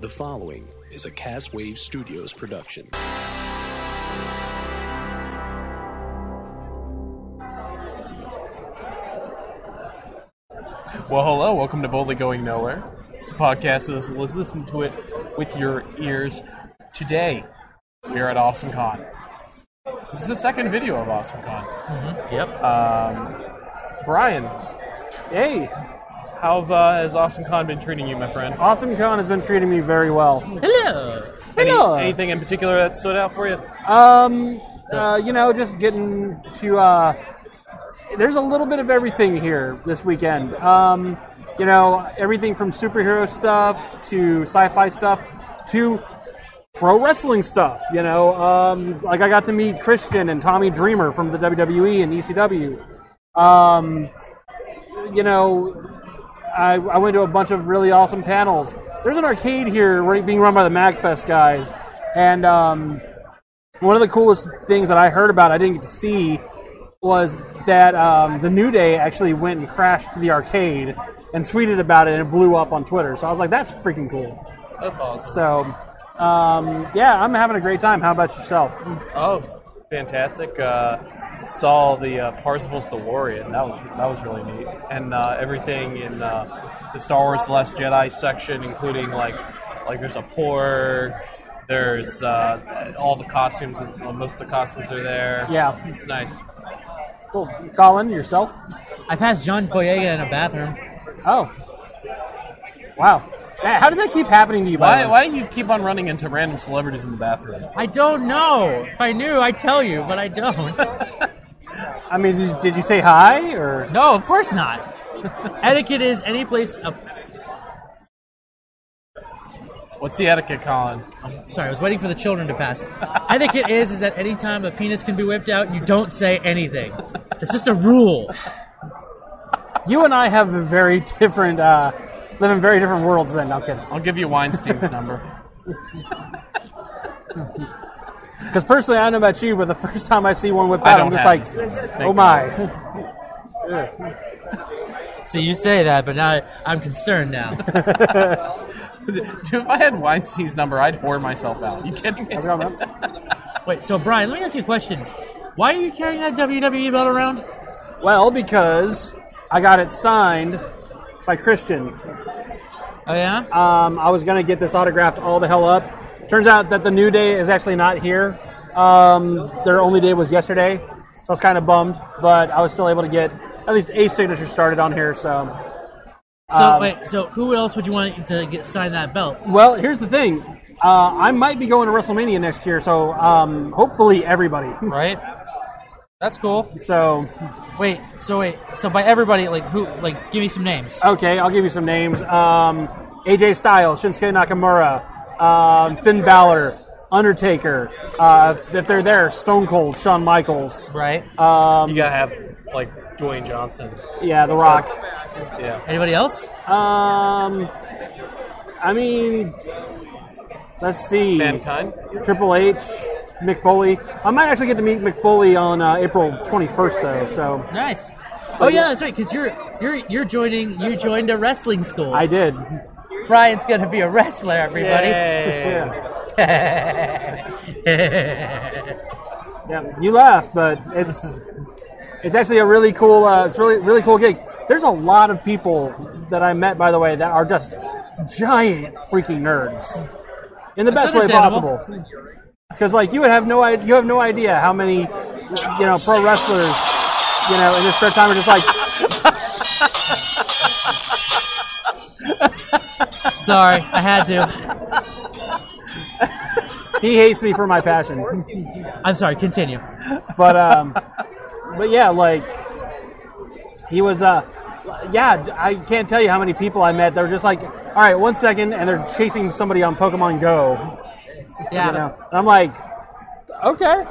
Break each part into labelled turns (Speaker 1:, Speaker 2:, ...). Speaker 1: The following is a Castwave Studios production.
Speaker 2: Well, hello. Welcome to Boldly Going Nowhere. It's a podcast so listen- let's listen to it with your ears. Today, we are at AwesomeCon. This is the second video of AwesomeCon.
Speaker 3: Yep.
Speaker 2: Brian,
Speaker 4: Hey,
Speaker 2: how uh, has AwesomeCon been treating you, my friend?
Speaker 4: AwesomeCon has been treating me very well.
Speaker 3: Hello.
Speaker 2: Any,
Speaker 4: Hello.
Speaker 2: anything in particular that stood out for you?
Speaker 4: Um, uh, you know, just getting to. Uh, there's a little bit of everything here this weekend. Um, you know, everything from superhero stuff to sci-fi stuff to pro wrestling stuff. You know, um, like I got to meet Christian and Tommy Dreamer from the WWE and ECW. Um, you know, I, I went to a bunch of really awesome panels. There's an arcade here right, being run by the MagFest guys, and um, one of the coolest things that I heard about, I didn't get to see, was that um, the New Day actually went and crashed the arcade and tweeted about it and it blew up on Twitter. So I was like, that's freaking cool.
Speaker 2: That's awesome.
Speaker 4: So, um, yeah, I'm having a great time. How about yourself?
Speaker 2: Oh, fantastic. Uh, saw the uh, Parzival's DeLorean. That was that was really neat. And uh, everything in uh, the Star Wars Last Jedi section, including like like there's a porg, there's uh, all the costumes, and well, most of the costumes are there.
Speaker 4: Yeah.
Speaker 2: It's nice.
Speaker 4: Cool. Colin, yourself?
Speaker 3: I passed John Boyega in a bathroom.
Speaker 4: Oh. Wow. Man, How does that keep happening to you, by
Speaker 2: Why,
Speaker 4: the way?
Speaker 2: why do you keep on running into random celebrities in the bathroom?
Speaker 3: I don't know. If I knew, I'd tell you, but I don't.
Speaker 4: I mean, did, did you say hi? or?
Speaker 3: No, of course not. Etiquette is any place. Up.
Speaker 2: What's the etiquette, Colin?
Speaker 3: I'm sorry, I was waiting for the children to pass. Etiquette is is that any time a penis can be whipped out, you don't say anything. It's just a rule.
Speaker 4: You and I have a very different, uh, live in very different worlds then. No, I'm kidding.
Speaker 2: I'll give you Weinstein's number.
Speaker 4: Because personally, I don't know about you, but the first time I see one whip
Speaker 2: I
Speaker 4: out, I'm
Speaker 2: don't
Speaker 4: just
Speaker 2: have
Speaker 4: like,
Speaker 2: this thing. Thank
Speaker 4: oh my. Ugh.
Speaker 3: So you say that, but now I'm concerned now.
Speaker 2: Dude, if I had Weinstein's number, I'd whore myself out. You kidding me?
Speaker 4: How's it going, man?
Speaker 3: Wait, so Brian, let me ask you a question. Why are you carrying that WWE belt around?
Speaker 4: well, because I got it signed by Christian.
Speaker 3: Oh yeah.
Speaker 4: Um, I was going to get this autographed all the hell up. Turns out that the new day is actually not here. Um, their only day was yesterday, so I was kind of bummed, but I was still able to get at least a signature started on here. So
Speaker 3: So wait, so who else would you want to get sign that belt?
Speaker 4: Well, here's the thing. Uh, I might be going to WrestleMania next year, so um, hopefully everybody.
Speaker 3: Right. That's cool.
Speaker 4: so,
Speaker 3: Wait, so wait, so by everybody, like who, like give me some names.
Speaker 4: okay, I'll give you some names. Um, AJ Styles, Shinsuke Nakamura, um, Finn Balor, Undertaker. Uh, if they're there, Stone Cold, Shawn Michaels.
Speaker 3: Right.
Speaker 2: You gotta have like Dwayne Johnson.
Speaker 4: Yeah, The Rock.
Speaker 2: Yeah.
Speaker 3: Anybody else?
Speaker 4: Um, I mean, let's see.
Speaker 2: Mankind.
Speaker 4: Triple H, Mick Foley. I might actually get to meet Mick Foley on uh, April 21st, though, so
Speaker 3: Nice. Oh yeah, that's right. Because you're you're you're joining. You joined a wrestling school.
Speaker 4: I did.
Speaker 3: Brian's gonna be a wrestler, everybody.
Speaker 2: Yay.
Speaker 4: Yeah. Yeah, you laugh, but it's it's actually a really cool uh, it's really really cool gig. There's a lot of people that I met, by the way, that are just giant freaking nerds in the
Speaker 3: That's
Speaker 4: best way
Speaker 3: understandable.
Speaker 4: possible. Because like you would have no idea, you have no idea how many you know pro wrestlers you know in their spare time are just like
Speaker 3: Sorry, I had to.
Speaker 4: he hates me for my passion,
Speaker 3: I'm sorry. Continue.
Speaker 4: but um, but yeah, like he was uh. Yeah, I can't tell you how many people I met that were just like, all right, one second, and they're chasing somebody on Pokemon Go.
Speaker 3: Yeah.
Speaker 4: you know. And I'm like, okay.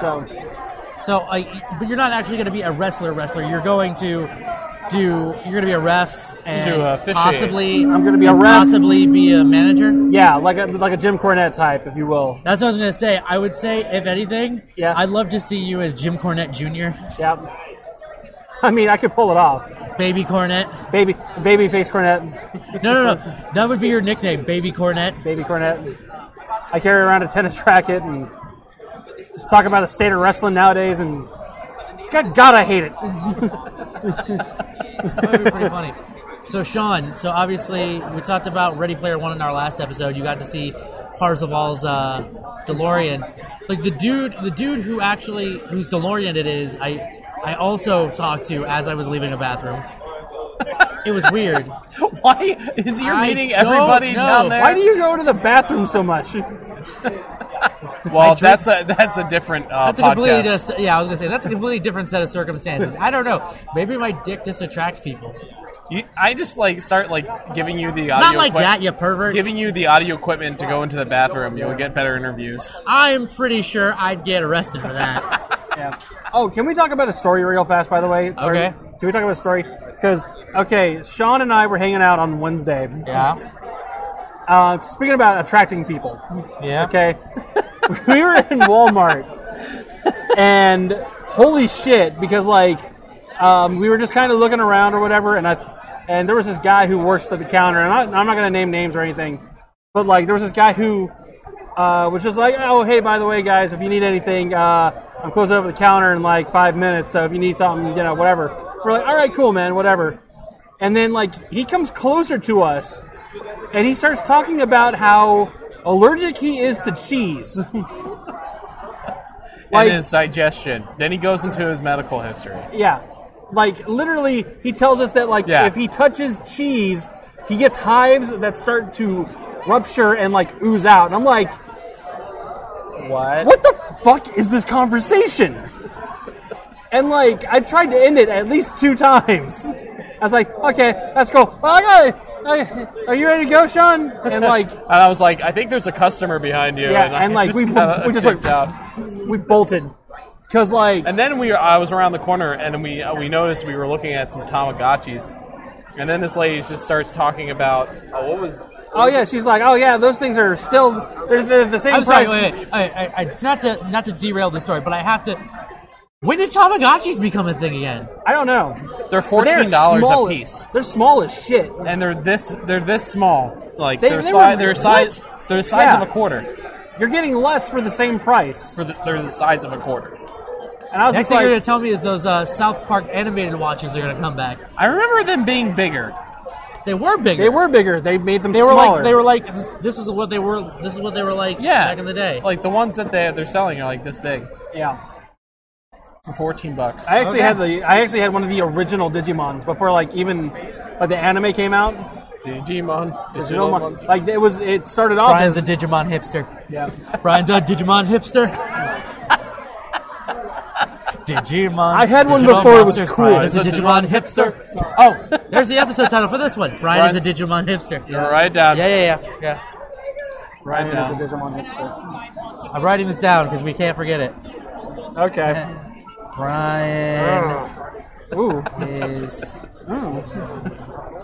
Speaker 4: So
Speaker 3: So, uh, but you're not actually gonna be a wrestler. Wrestler. You're going to do. You're gonna be a ref and
Speaker 2: To, uh, officiate.
Speaker 3: possibly.
Speaker 4: I'm gonna be a ref.
Speaker 3: Possibly be a manager.
Speaker 4: yeah, like a like a Jim Cornette type, if you will.
Speaker 3: That's what I was gonna say. I would say, if anything,
Speaker 4: Yeah.
Speaker 3: I'd love to see you as Jim Cornette Jr.
Speaker 4: Yeah. I mean, I could pull it off.
Speaker 3: Baby Cornet.
Speaker 4: Baby, baby face cornet,
Speaker 3: No, no, no. That would be your nickname, Baby Cornet.
Speaker 4: baby cornet. I carry around a tennis racket and just talk about the state of wrestling nowadays. And God, God, I hate it.
Speaker 3: That would be pretty funny. So, Sean, so obviously we talked about Ready Player One in our last episode. You got to see Parzival's uh, DeLorean. Like the dude, the dude who actually whose DeLorean it is, I I also talked to as I was leaving a bathroom. It was weird.
Speaker 2: Why is you're
Speaker 3: I
Speaker 2: meeting
Speaker 3: don't
Speaker 2: everybody
Speaker 3: know.
Speaker 2: down there?
Speaker 4: Why do you go to the bathroom so much?
Speaker 2: well,
Speaker 3: drink-
Speaker 2: that's a that's a different uh,
Speaker 3: That's a completely
Speaker 2: podcast.
Speaker 3: dis- yeah. I was gonna say that's a completely different set of circumstances. I don't know. Maybe my dick just attracts people.
Speaker 2: You- I just like start like giving you the audio.
Speaker 3: Not like
Speaker 2: equip-
Speaker 3: that, you pervert.
Speaker 2: Giving you the audio equipment to go into the bathroom, you'll get better interviews.
Speaker 3: I'm pretty sure I'd get arrested for that.
Speaker 4: Yeah. Oh, can we talk about a story real fast, by the way? Or-
Speaker 3: Okay.
Speaker 4: Can we talk about a story? Because, okay, Sean and I were hanging out on Wednesday.
Speaker 3: yeah.
Speaker 4: Uh, speaking about attracting people,
Speaker 3: Yeah.
Speaker 4: okay? we were in Walmart. And holy shit, because, like, um, we were just kind of looking around or whatever, and I. And there was this guy who works at the counter, and I, I'm not going to name names or anything, but like there was this guy who uh, was just like, oh, hey, by the way, guys, if you need anything, uh, I'm closing up the counter in like five minutes. So if you need something, you know, whatever. We're like, all right, cool, man, whatever. And then like he comes closer to us, and he starts talking about how allergic he is to cheese.
Speaker 2: and his digestion. Then he goes into his medical history.
Speaker 4: Yeah. Like literally he tells us that like
Speaker 2: Yeah.
Speaker 4: if he touches cheese, he gets hives that start to rupture and like ooze out. And I'm like,
Speaker 2: What?
Speaker 4: what the fuck is this conversation? And like I tried to end it at least two times. I was like, okay, that's cool. Well, I got it. I- Are you ready to go, Sean? And like
Speaker 2: And I was like, I think there's a customer behind you.
Speaker 4: Yeah,
Speaker 2: and, I
Speaker 4: and, like, we-
Speaker 2: kinda
Speaker 4: we just went-
Speaker 2: dipped out.
Speaker 4: we bolted. Cause like
Speaker 2: And then we, I was around the corner, and we uh, we noticed we were looking at some Tamagotchis, and then this lady just starts talking about oh, what was
Speaker 4: oh yeah, she's like, oh yeah, those things are still they're, they're the same
Speaker 3: I'm sorry.
Speaker 4: price.
Speaker 3: Wait, wait. I, I, I, not to not to derail the story, but I have to. When did Tamagotchis become a thing again?
Speaker 4: I don't know.
Speaker 2: they're
Speaker 4: But they're
Speaker 2: fourteen dollars
Speaker 4: small-
Speaker 2: a piece,
Speaker 4: They're small as shit.
Speaker 2: and they're this they're this small, like
Speaker 4: They-
Speaker 2: they're
Speaker 4: they
Speaker 2: si-
Speaker 4: were-
Speaker 2: they're size they're the size of
Speaker 4: Yeah.
Speaker 2: a quarter.
Speaker 4: You're getting less for the same price.
Speaker 2: For the, they're the size of a quarter.
Speaker 4: And I was just
Speaker 3: Next thing you're gonna
Speaker 4: like,
Speaker 3: tell me is those uh, South Park animated watches are gonna come back.
Speaker 2: I remember them being bigger.
Speaker 3: They were bigger.
Speaker 4: they were bigger. They made them
Speaker 3: They were
Speaker 4: smaller.
Speaker 3: like. They were like. This, this is what they were. This is what they were like.
Speaker 2: Yeah,
Speaker 3: Back in the day.
Speaker 2: like the ones that they they're selling are like this big
Speaker 4: yeah.
Speaker 2: for fourteen bucks.
Speaker 4: I actually
Speaker 3: Okay.
Speaker 4: had the I actually had one of the original Digimons before like even like the anime came out.
Speaker 2: Digimon, digital
Speaker 4: Digimon-
Speaker 2: ones.
Speaker 4: Like it was it started off
Speaker 3: Brian's a
Speaker 4: as
Speaker 3: Digimon hipster.
Speaker 4: yeah.
Speaker 3: Brian's a Digimon hipster. Digimon.
Speaker 4: I had one
Speaker 3: Digimon
Speaker 4: before it was
Speaker 3: monsters.
Speaker 4: cool.
Speaker 3: Brian is a
Speaker 2: Is it
Speaker 3: Digimon,
Speaker 2: Digimon
Speaker 3: hipster. Oh, there's the episode title for this one. Brian is a
Speaker 2: Brian-
Speaker 3: Digimon hipster.
Speaker 2: You write it down.
Speaker 3: Yeah, yeah, yeah, yeah.
Speaker 2: Write it
Speaker 4: Brian is a
Speaker 2: down.
Speaker 4: Digimon hipster.
Speaker 3: I'm writing this down because we can't forget it.
Speaker 4: Okay.
Speaker 3: Brian
Speaker 4: Ooh.
Speaker 3: is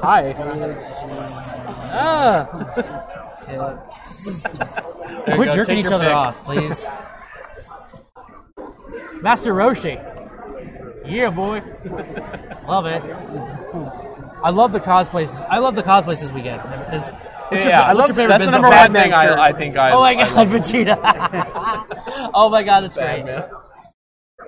Speaker 4: Hi. Ah.
Speaker 2: There you
Speaker 3: Quit
Speaker 2: go,
Speaker 3: jerking
Speaker 2: take
Speaker 3: each
Speaker 2: your
Speaker 3: other
Speaker 2: pick.
Speaker 3: off, please. Master Roshi. Yeah, boy. love it. I love the cosplays. I love the cosplays this weekend. It's- what's your,
Speaker 2: Yeah, I
Speaker 3: what's
Speaker 2: love
Speaker 3: your favorite
Speaker 2: that's the
Speaker 3: Vince
Speaker 2: number
Speaker 3: Vaughn?
Speaker 2: one
Speaker 4: Batman
Speaker 2: thing I,
Speaker 4: shirt.
Speaker 2: I think I.
Speaker 3: Oh my
Speaker 2: I
Speaker 3: god,
Speaker 2: love
Speaker 3: Vegeta. oh my god, that's great.
Speaker 2: Batman.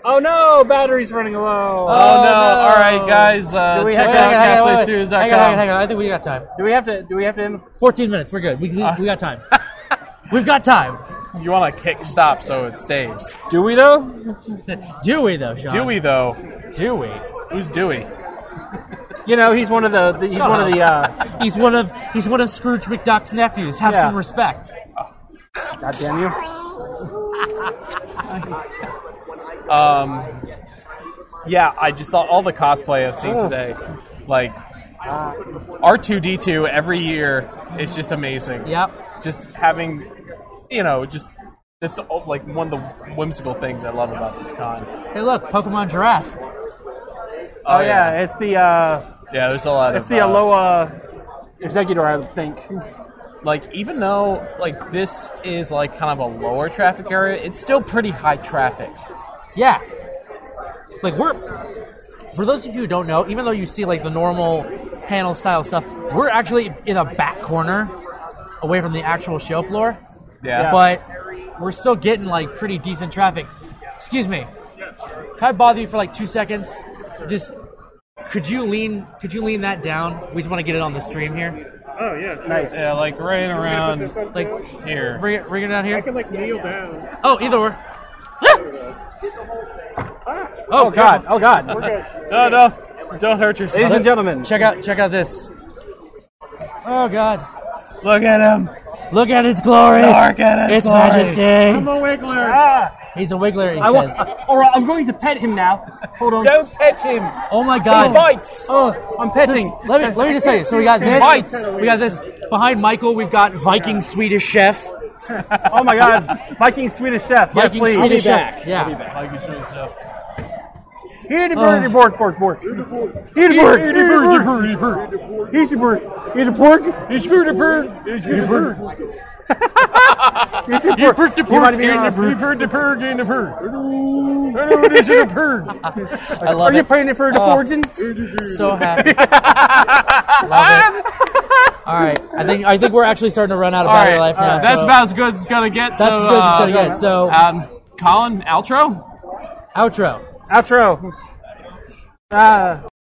Speaker 4: Oh no, battery's running low.
Speaker 2: Oh, no! All right, guys, uh,
Speaker 4: Do we
Speaker 2: check
Speaker 4: have-
Speaker 3: Wait,
Speaker 2: out
Speaker 3: hang on, hang on, wait, wait.
Speaker 2: castlestudios.com.
Speaker 3: Hang on, hang on, hang on. I think we got time.
Speaker 4: do we have to do we have to end
Speaker 3: 14 minutes. We're good. We, we, we got time. We've got time.
Speaker 2: You want to kick stop so it stays.
Speaker 4: Do we though?
Speaker 3: Do we though, Sean?
Speaker 2: Dewey though,
Speaker 3: Do we?
Speaker 2: who's Dewey?
Speaker 4: You know, he's one of the, the he's one of the uh
Speaker 3: He's one of he's one of Scrooge McDuck's nephews. Have
Speaker 4: Yeah.
Speaker 3: some respect.
Speaker 4: God damn you.
Speaker 2: Yeah, I just saw all the cosplay I've seen today. Like R two D two every year is just amazing.
Speaker 3: Yep.
Speaker 2: Just having, you know, just it's the- like one of the whimsical things I love about this con.
Speaker 3: Hey, look, Pokemon Giraffe.
Speaker 4: Oh yeah, it's the uh
Speaker 2: yeah. There's a lot
Speaker 4: it's
Speaker 2: of
Speaker 4: the
Speaker 2: uh,
Speaker 4: Aloha executor, I would think.
Speaker 2: like even though like this is like kind of a lower traffic area it's still pretty high traffic
Speaker 3: Yeah. Like we're for those of you who don't know, even though you see like the normal panel style stuff, we're actually in a back corner away from the actual show floor.
Speaker 2: Yeah.
Speaker 3: But we're still getting like pretty decent traffic. Excuse me. Can I bother you for like two seconds? Just could you lean could you lean that down? We just want to get it on the stream here.
Speaker 5: Oh yeah, sure.
Speaker 4: Nice.
Speaker 2: Yeah, like right around
Speaker 5: This up
Speaker 3: Like
Speaker 5: there.
Speaker 2: here.
Speaker 3: bring it bring it down
Speaker 5: I
Speaker 3: here.
Speaker 5: can like kneel down.
Speaker 3: Oh, either or.
Speaker 5: Ah,
Speaker 4: Oh God! Oh God!
Speaker 5: okay.
Speaker 2: No, no, don't hurt
Speaker 4: Ladies
Speaker 2: yourself.
Speaker 4: and gentlemen,
Speaker 3: Check out check out this. Oh god.
Speaker 2: Look at him.
Speaker 3: Look at its glory.
Speaker 2: Look at its
Speaker 3: its
Speaker 2: glory.
Speaker 5: I'm
Speaker 3: majesty.
Speaker 5: a wiggler.
Speaker 3: He's a wiggler, he
Speaker 4: I will,
Speaker 3: says.
Speaker 4: all right, I'm going to pet him now. Hold on.
Speaker 2: Don't pet him.
Speaker 3: Oh my god.
Speaker 2: Bites.
Speaker 4: Oh, I'm petting.
Speaker 3: Just- let me let me just say it. So we got this.
Speaker 5: Bites.
Speaker 3: We got this. Behind Michael, we've got Viking Swedish chef.
Speaker 4: Oh my God! Viking Swedish chef. Yes,
Speaker 3: Viking
Speaker 4: please.
Speaker 3: Swedish
Speaker 4: I'll be
Speaker 3: chef. Yeah.
Speaker 2: Like you should have.
Speaker 4: Here to bird, bork, bork, bork. Here to bird, here to bird, here to bird, here to pork, here to bird, here to bird, here to bird, here to bird, here to bird, here to bird.
Speaker 3: I love
Speaker 4: Are you
Speaker 3: it.
Speaker 4: praying for
Speaker 3: Oh.
Speaker 4: the fortunes?
Speaker 3: so happy. love it. All right. I think I think we're actually starting to run out of battery life now.
Speaker 2: That's
Speaker 3: so-
Speaker 2: about as good as it's gonna get.
Speaker 3: That's as
Speaker 2: so,
Speaker 3: good as it's
Speaker 2: uh,
Speaker 3: gonna get. So-
Speaker 2: um, Colin, outro.
Speaker 3: outro.
Speaker 4: Outro. Ah.